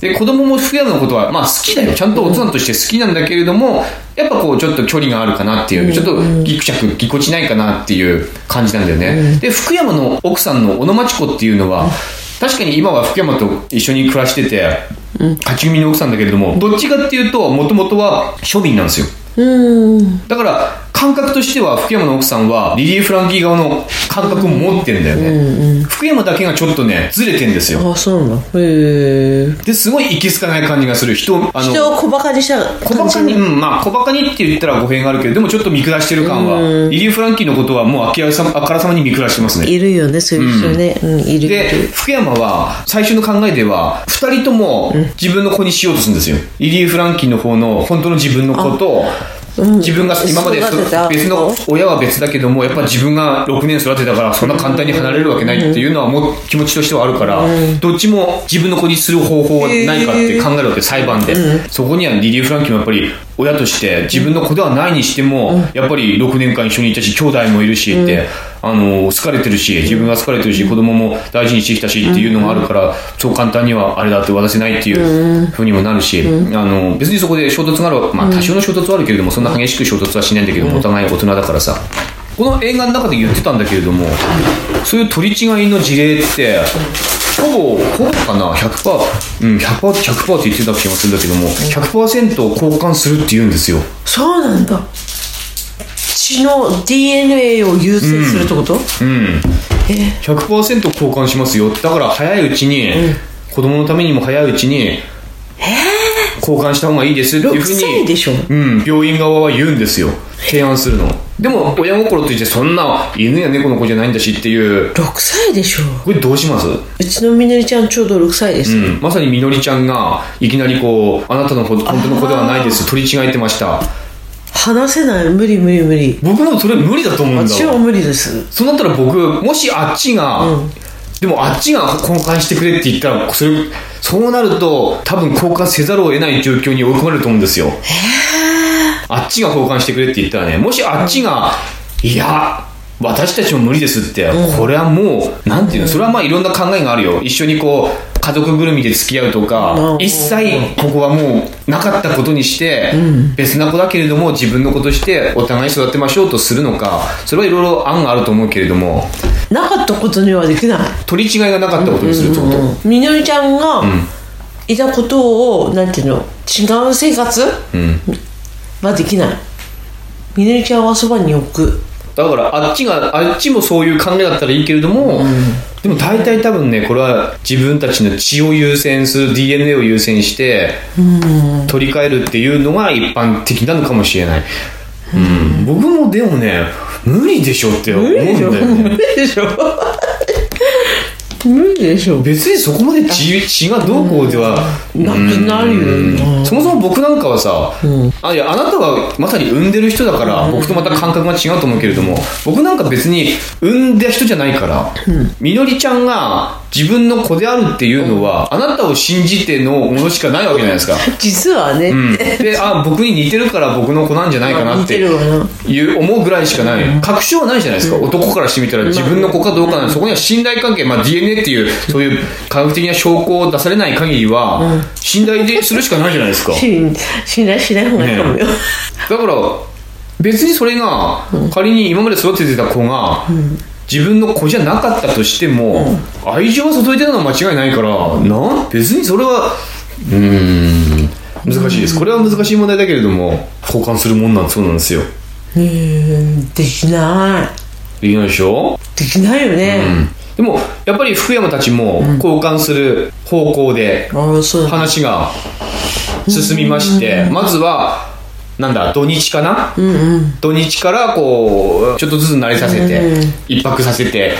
S1: で子供も福山のことは、まあ、好きだよちゃんと大人として好きなんだけれどもやっぱこうちょっと距離があるかなっていう、ちょっとぎくしゃくぎこちないかなっていう感じなんだよね、で福山の奥さんの小野真知子っていうのは、確かに今は福山と一緒に暮らしてて、勝ち組の奥さんだけれどもどっちかっていうともともとは庶民なんですよ
S2: うん
S1: だから感覚としては福山の奥さんはリリー・フランキー側の感覚を持ってんだよね、福山だけがちょっとねずれてんですよ
S2: あそうなんだへえ
S1: ですごいいけすかない感じがする人あの
S2: 人を小バカにした感じ
S1: 小バカに、うん、まあ、小バカにって言ったら語弊があるけど、でもちょっと見下してる感は、リリー・フランキーのことはもうあきらさあからさまに見下してますね。
S2: いるよねそういう人ねうん、いるい
S1: で
S2: る、
S1: 福山は、最初の考えでは、二人とも自分の子にしようとするんですよ。リリー・フランキーの方の、本当の自分の子と、自分が今まで
S2: 育てた
S1: 別の親は別だけどもやっぱ自分が6年育てたからそんな簡単に離れるわけないっていうのはもう気持ちとしてはあるからどっちも自分の子にする方法はないかって考えるわけ裁判でそこにはリリー・フランキーもやっぱり親として自分の子ではないにしてもやっぱり6年間一緒にいたし兄弟もいるしってあの好かれてるし自分が好かれてるし子供も大事にしてきたしっていうのがあるからそう簡単にはあれだって渡せないっていうふうにもなるしあの別にそこで衝突があるまあ多少の衝突はあるけれどもそんな激しく衝突はしないんだけどもお互い大人だからさこの映画の中で言ってたんだけれどもそういう取り違いの事例ってほぼほぼかな100%うん 100%, 100%って言ってた気がするんだけども100%交換するって言うんですよ
S2: そうなんだ血の DNA を優先するってこと、
S1: うん
S2: え
S1: 100%交換しますよだから早いうちに、子供のためにも早いうちに交換した方がいいですっていう
S2: 6
S1: ふうに
S2: 歳でしょ
S1: うん、病院側は言うんですよ提案するのでも親心と言ってそんな犬や猫の子じゃないんだしっていう
S2: 6歳でしょ
S1: これどうします
S2: うちのみのりちゃんちょうど6歳です、
S1: うん、まさにみのりちゃんがいきなりこう「あなたのほ本当の子ではないです」取り違えてました
S2: 話せない無理無理無理
S1: 僕もそれ無理だと思うんだ
S2: 私は
S1: わ
S2: 無理です
S1: そうなったら僕もしあっちが、でもあっちが交換してくれって言ったらそれそうなると多分交換せざるを得ない状況に追い込まれると思うんですよあっちが交換してくれって言ったらねもしあっちが、いや私たちも無理ですって、これはもうなんていうのそれはまあいろんな考えがあるよ一緒にこう家族ぐるみで付き合うとか、
S2: うん
S1: 一切ここはもうなかったことにして、別な子だけれども自分の子としてお互い育てましょうとするのかそれはいろいろ案があると思うけれども
S2: なかったことにはできない
S1: 取り違いがなかったことにするってこと、
S2: みのりちゃんがいたことをなんていうの違う生活、はできないみのりちゃんはそばに置く
S1: だからあっちがあっちもそういう考えだったらいいけれども、でも大体多分ねこれは自分たちの血を優先する DNA を優先して取り替えるっていうのが一般的なのかもしれない、うん、僕もでもね無理でしょって思うんだよね
S2: でしょ無理でしょ
S1: 別にそこまで血血がどうこうでは
S2: なくなるよね
S1: そもそも僕なんかはさ、あいやあなたはまさに産んでる人だから、僕とまた感覚が違うと思うけれども僕なんか別に産んだ人じゃないから、みのりちゃんが自分の子であるっていうのは、あなたを信じてのものしかないわけじゃないですか、
S2: 実はね、
S1: うん、であ僕に似てるから僕の子なんじゃないかなっ
S2: 似
S1: て
S2: てるわな
S1: いう思うぐらいしかない確証はないじゃないですか、男からしてみたら自分の子かどうかなんてそこには信頼関係、まあ、DNA っていうそういう科学的な証拠を出されない限りは信頼でするしかないじゃないですか
S2: 信信頼しない方がいいかもよ、
S1: だから別にそれが仮に今まで育ててた子が自分の子じゃなかったとしても愛情は注いでるのは間違いないからなん別にそれはうーん難しいですこれは難しい問題だけれども交換するもんなんそうなんですよ
S2: うんできない
S1: できないでしょ
S2: できないよね、
S1: でもやっぱり福山たちも交換する方向で
S2: ああそう
S1: 話が進みましてまずはなんだ土日かな、土日からこうちょっとずつ慣れさせて、一泊させて、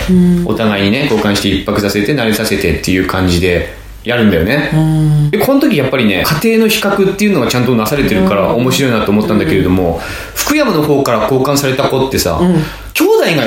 S1: お互いにね交換して一泊させて慣れさせてっていう感じでやるんだよね、でこの時やっぱりね家庭の比較っていうのがちゃんとなされてるから面白いなと思ったんだけれども、福山の方から交換された子ってさ、兄弟が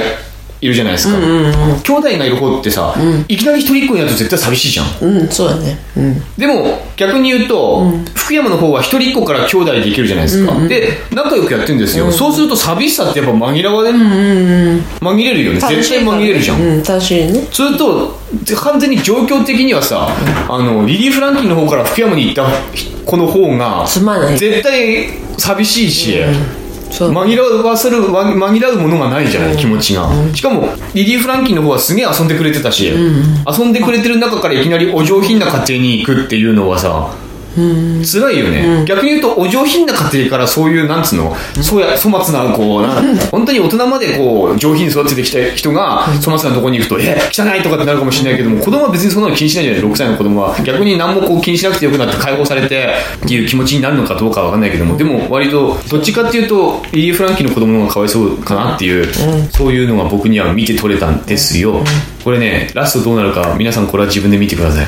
S1: いるじゃないですか、兄弟がいる方ってさ、いきなり一人っ子になると絶対寂しいじゃん
S2: うんそうだねうん
S1: でも逆に言うと、福山の方は一人っ子から兄弟できるじゃないですか、で仲良くやってるんですよ、そうすると寂しさってやっぱ紛らわれる、紛れるよね絶対紛れるじゃん、
S2: うん楽しいね
S1: それと完全に状況的にはさ、あのリリー・フランキーの方から福山に行った子の方が
S2: つまんない
S1: 絶対寂しいし、
S2: そう
S1: 紛らわせるわ紛らうものがないじゃない、気持ちが、しかもリリー・フランキーの方はすげえ遊んでくれてたし、遊んでくれてる中からいきなりお上品な家庭に行くっていうのはさ、辛いよね、逆に言うとお上品な家庭からそういうなんつうの、そうや粗末なこうな本当に大人までこう上品に育ててきた人が粗末なとこに行くと「え汚い!」とかってなるかもしれないけども子供は別にそんなの気にしないじゃない6歳の子供は逆に何もこう気にしなくてよくなって解放されてっていう気持ちになるのかどうかは分かんないけどもでも割とどっちかっていうとリリー・フランキーの子供の方がかわいそうかなっていう、そういうのが僕には見て取れたんですよ、これねラストどうなるか皆さんこれは自分で見てください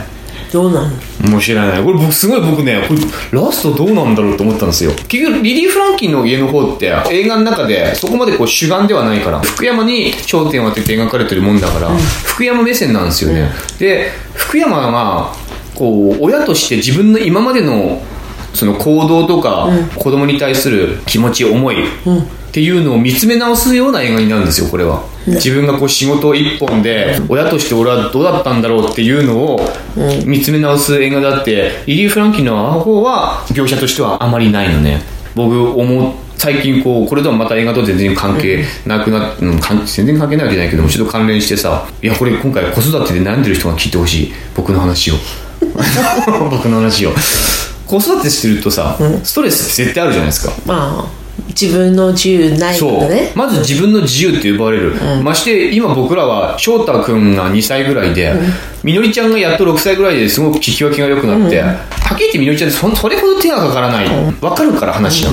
S2: どうなの
S1: もう知らないこれ僕すごい僕ねこれラストどうなんだろうと思ったんですよ結局リリー・フランキーの家の方って映画の中でそこまでこう主眼ではないから福山に焦点を当てて描かれてるもんだから、福山目線なんですよね、で福山がこう親として自分の今までのその行動とか、子供に対する気持ち思い、っていうのを見つめ直すような映画になるんですよこれは、自分がこう仕事一本で親として俺はどうだったんだろうっていうのを見つめ直す映画だってリリー・フランキーの方は描写としてはあまりないのね僕思う最近こうこれとはまた映画と全然関係なくなっ、うん、関全然関係ないわけじゃないけどもちょっと関連してさいやこれ今回子育てで悩んでる人が聞いてほしい僕の話を 僕の話を子育てしてるとさストレスって絶対あるじゃないですか
S2: まあ自分の自由ない
S1: そ
S2: か
S1: う
S2: らね
S1: まず自分の自由って呼ばれる、まして今僕らは翔太君が2歳ぐらいで、みのりちゃんがやっと6歳ぐらいですごく聞き分けが良くなって、はっきり言ってみのりちゃんってそそれほど手がかからない、わかるから話が、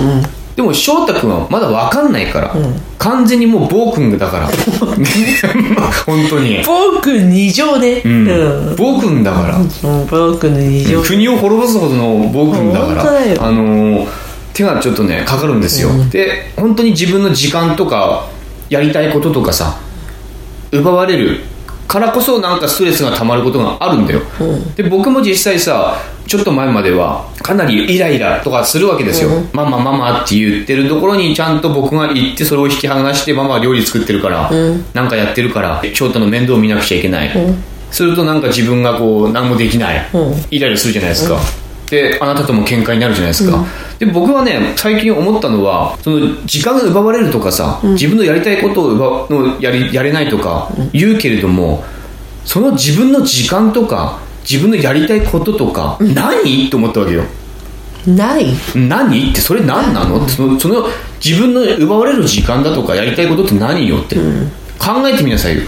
S1: でも翔太君はまだわかんないから、完全にもう暴君だから 本当に
S2: 僕二乗ねう
S1: うん
S2: ん
S1: 暴君だから、
S2: 僕の二乗
S1: 国を滅ぼすほどの暴君だから
S2: 本当だよ
S1: あのー手がちょっとねかかるんですよ、で本当に自分の時間とかやりたいこととかさ奪われるからこそなんかストレスが溜まることがあるんだよ、で僕も実際さちょっと前まではかなりイライラとかするわけですよ、ママママって言ってるところにちゃんと僕が行ってそれを引き離してママは料理作ってるから、なんかやってるから翔太の面倒を見なくちゃいけない、するとなんか自分がこう何もできない、イライラするじゃないですか、であなたとも喧嘩になるじゃないですか、で僕はね最近思ったのはその時間が奪われるとかさ、自分のやりたいことを奪のやりやれないとか言うけれども、その自分の時間とか自分のやりたいこととか、何と思ったわけよ
S2: ない
S1: 何ってそれ何なのってそのその自分の奪われる時間だとかやりたいことって何よって、考えてみなさいよ、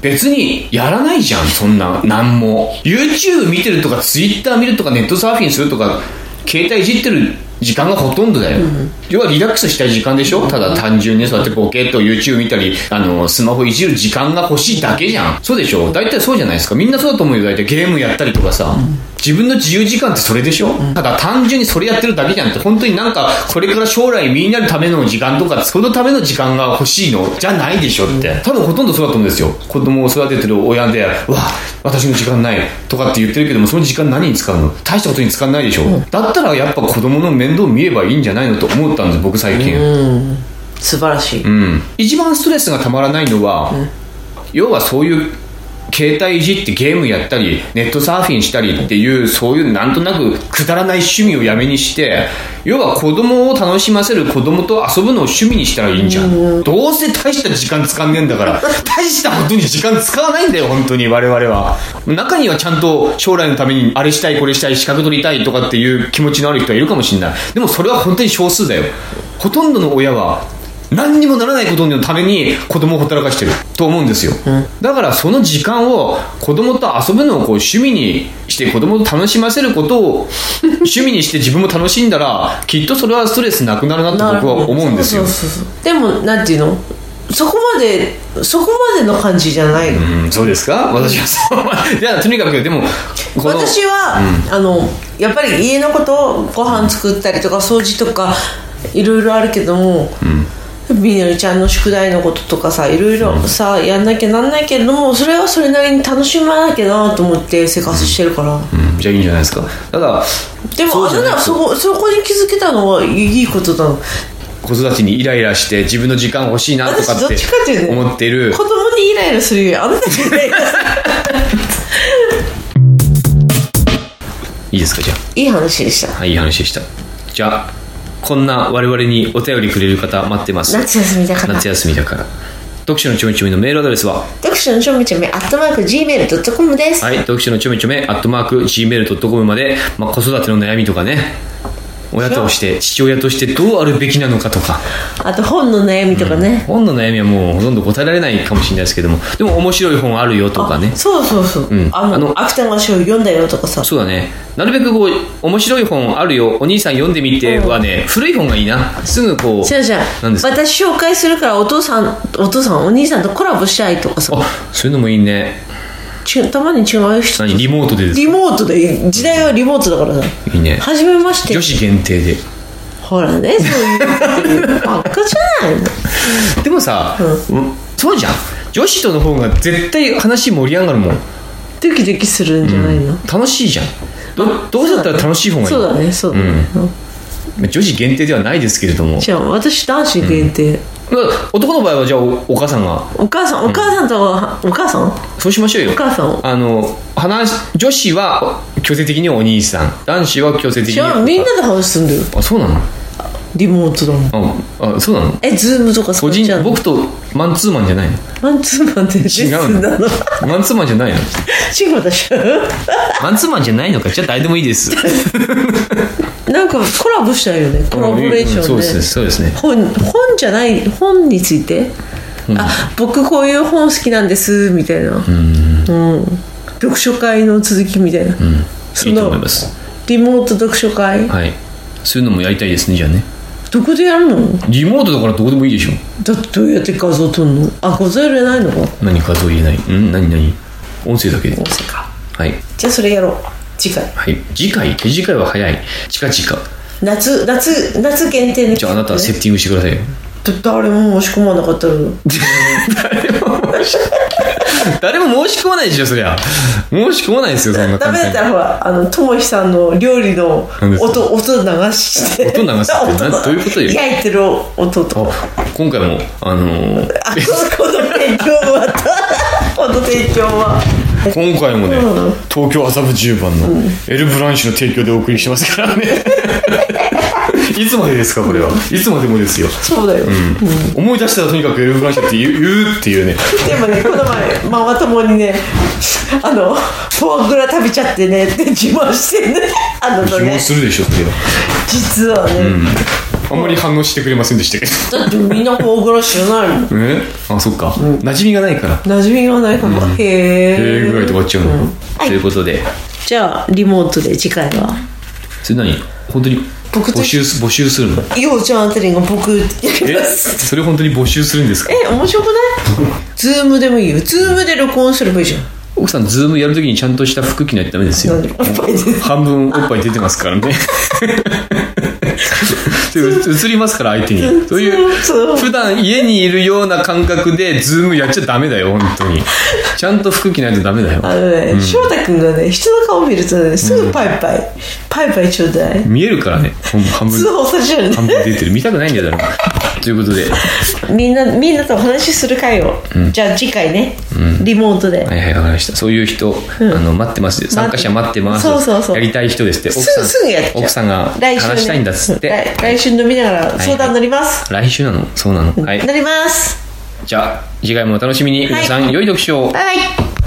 S1: 別にやらないじゃんそんな何も YouTube 見てるとか Twitter 見るとかネットサーフィンするとか携帯いじってる時間がほとんどだよ、要はリラックスしたい時間でしょただ単純にそうやってボケっと YouTube 見たりあのスマホいじる時間が欲しいだけじゃんそうでしょ大体そうじゃないですかみんなそうだと思うよ大体ゲームやったりとかさ、自分の自由時間ってそれでしょ、ただ単純にそれやってるだけじゃんって本当になんかこれから将来みんなのための時間とかそのための時間が欲しいのじゃないでしょって、多分ほとんどそうだと思うんですよ子供を育ててる親で「うわ私の時間ない」とかって言ってるけどもその時間何に使うの大したことに使わないでしょ、だったらやっぱ子供の面倒見ればいいんじゃないのと思ったんです僕最近、
S2: 素晴らしい
S1: うん、一番ストレスがたまらないのは、要はそういう携帯いじってゲームやったりネットサーフィンしたりっていうそういうなんとなくくだらない趣味をやめにして要は子供を楽しませる子供と遊ぶのを趣味にしたらいいんじゃん、どうせ大した時間使んねえんだから 大したことに時間使わないんだよ本当に我々は中にはちゃんと将来のためにあれしたいこれしたい資格取りたいとかっていう気持ちのある人はいるかもしれないでもそれは本当に少数だよほとんどの親は何にもならないことのために子供をほったらかしてると思うんですよ、だからその時間を子供と遊ぶのをこう趣味にして子供と楽しませることを趣味にして自分も楽しんだらきっとそれはストレスなくなるなって僕は思うんですよ
S2: そうそうそうそうでもなんていうのそこまでそこまでの感じじゃないの、
S1: うん、そうですか私はそう。じ ゃあ、とにかく、でも、この
S2: 私は、あのやっぱり家のことご飯作ったりとか掃除とかいろいろあるけども、みのりちゃんの宿題のこととかさいろいろさやんなきゃなんないけれどもそれはそれなりに楽しまなきゃなと思って生活してるから、
S1: うん、じゃあいいんじゃないですか。ただ、
S2: でも
S1: そう
S2: あ
S1: じゃ
S2: な
S1: ない
S2: たはそこそこに気づけたのはいいことだの
S1: 子育てにイライラして自分の時間欲しいなとか
S2: 私どっちかってい
S1: っ
S2: う
S1: て
S2: とね
S1: 思ってる
S2: 子供にイライラするよりあなたにイライラする
S1: いいですかじゃ
S2: いい話でした
S1: あはいいい話でしたじゃあこんな我々にお便りくれる方待ってます
S2: 夏休みだから
S1: 夏休みだから読書のちょめちょめのメールアドレスは
S2: 読書のちょめちょめアットマーク Gmail.com です、
S1: はい読書のちょめちょめアットマーク Gmail.com まで、まあ、子育ての悩みとかね親として父親としてどうあるべきなのかとか
S2: あと本の悩みとかね、
S1: 本の悩みはもうほとんど答えられないかもしれないですけどもでも面白い本あるよとかね
S2: そうそうそう、
S1: ん
S2: あの
S1: あの
S2: 芥川賞読んだよとかさ
S1: そうだねなるべくこう面白い本あるよお兄さん読んでみてはね古い本がいいなすぐこう
S2: 違う違う
S1: 何ですか
S2: 私紹介するからお父さんお父さんお兄さんとコラボしたいとかさ
S1: あそういうのもいいね
S2: ちたまに違う人
S1: 何リモートでです
S2: リモートで時代はリモートだからさ
S1: いいね
S2: 初めまして
S1: 女子限定で
S2: ほらねそういうばっかじゃないの
S1: でもさ、うんそうじゃん女子との方が絶対話盛り上がるもん
S2: ドキドキするんじゃないの、
S1: 楽しいじゃんどどうだったら楽しい方がいい
S2: そうだねそうだね、うん
S1: 女子限定ではないですけれども
S2: じゃあ私男子限定、
S1: 男の場合はじゃあおお母さんが
S2: お母さんお母さんとは、お母さん
S1: そうしましょうよ
S2: お母さんを
S1: あの話女子は強制的にお兄さん男子は強制的に
S2: じゃあみんなで話すんだよ
S1: あそうなの
S2: リモートだもん
S1: ああそうなの
S2: えズームとか使
S1: 個
S2: っちゃ
S1: 人
S2: うの
S1: 僕とマンツーマンじゃないの
S2: マンツーマンでレッス
S1: 違う
S2: ンなの
S1: のマンツーマンじゃないの
S2: 違うでしょ
S1: マンツーマンじゃないのかじゃあ誰でもいいです
S2: なんかコラボしたいよね コラボレーションで,、
S1: そうですねそうですね
S2: 本本じゃない本について、あ僕こういう本好きなんですみたいなうん、読書会の続きみたいな、そ
S1: いいと
S2: の
S1: 思います
S2: リモート読書会、
S1: はいそういうのもやりたいですねじゃあね
S2: どこでやるの
S1: リモートだからどこでもいいでしょ
S2: だってどうやって画像撮るのあ画像入れないのか
S1: 何かそう言えないうん何何音声だけで
S2: どうせか
S1: はい
S2: じゃあそれやろう次回
S1: はい次回手次回は早い近々
S2: 夏夏夏限定の
S1: じゃああなたはセッティングしてくださいよ
S2: だって誰も申し込まなかったら
S1: 誰も申し込まないでしょそりゃ申し込まないですよそんな
S2: ダ
S1: 簡
S2: メだ
S1: 単
S2: っ
S1: に
S2: たらほらあのともひさんの料理の
S1: 何ですか
S2: 音音流して
S1: 音流すってなどういうことよ
S2: 焼いてる音とか
S1: あ今回もあのー
S2: あこの提供は この提供は
S1: 今回もね、東京麻布十番のエルブランシュの提供でお送りしてますから ねいつまでですかこれはいつまでもですよ、
S2: そうだよ、
S1: 思い出したらとにかくエルブランシュって言う言うっていうね
S2: でもねこの前ママ友にねあのフォアグラ食べちゃってねって自慢してねあの
S1: 疑問
S2: ね
S1: するでしょそれは
S2: 実はね、
S1: あんまり反応してくれませんでしたけ
S2: だってみんなフォアグラ知らないも
S1: ど
S2: ん
S1: えあそっか、馴染みがないから
S2: 馴染みがないかも、へ
S1: ええ
S2: え
S1: ぐらいで終わっちゃうの、ということで
S2: じゃあリモートで次回は
S1: それ何本当に
S2: 僕と
S1: 募集す募集するの
S2: ようちゃんあたりが僕やり
S1: え
S2: ます
S1: それ本当に募集するんですか
S2: え面白くないズームでもいいよズームで録音すればいい じゃん
S1: 奥さんズームやるときにちゃんとした服着ないとダメ ですよ
S2: なんでおっぱいで
S1: 半分おっぱい出てますから ね。でう映りますから相手にそういう
S2: そう
S1: 普段家にいるような感覚でズームやっちゃダメだよ本当にちゃんと服着ないとダメだよ
S2: あのね、翔太君がね人の顔見るとねすぐパイパイ、パイパイちょうだい
S1: 見えるからねほん半分
S2: 通報されちゃう
S1: 半
S2: ね
S1: 分出てる見たくないんだよ誰もということでは
S2: みんなみんなとお話しする会を、じゃあ次回ね、リモートで、
S1: いはいわかりましたそういう人、あの待ってます参加者待ってます
S2: そうそうそう
S1: やりたい人ですって奥
S2: す
S1: さ
S2: ぐ
S1: ん
S2: すぐやっちゃう
S1: 奥さんが
S2: 来
S1: 話
S2: 週ね
S1: したいんだっつって、
S2: 来来週飲みながら相談乗ります、
S1: 来週なのそうなのはい
S2: 乗ります
S1: じゃあ次回もお楽しみに皆さん、良い読書を
S2: バイバイ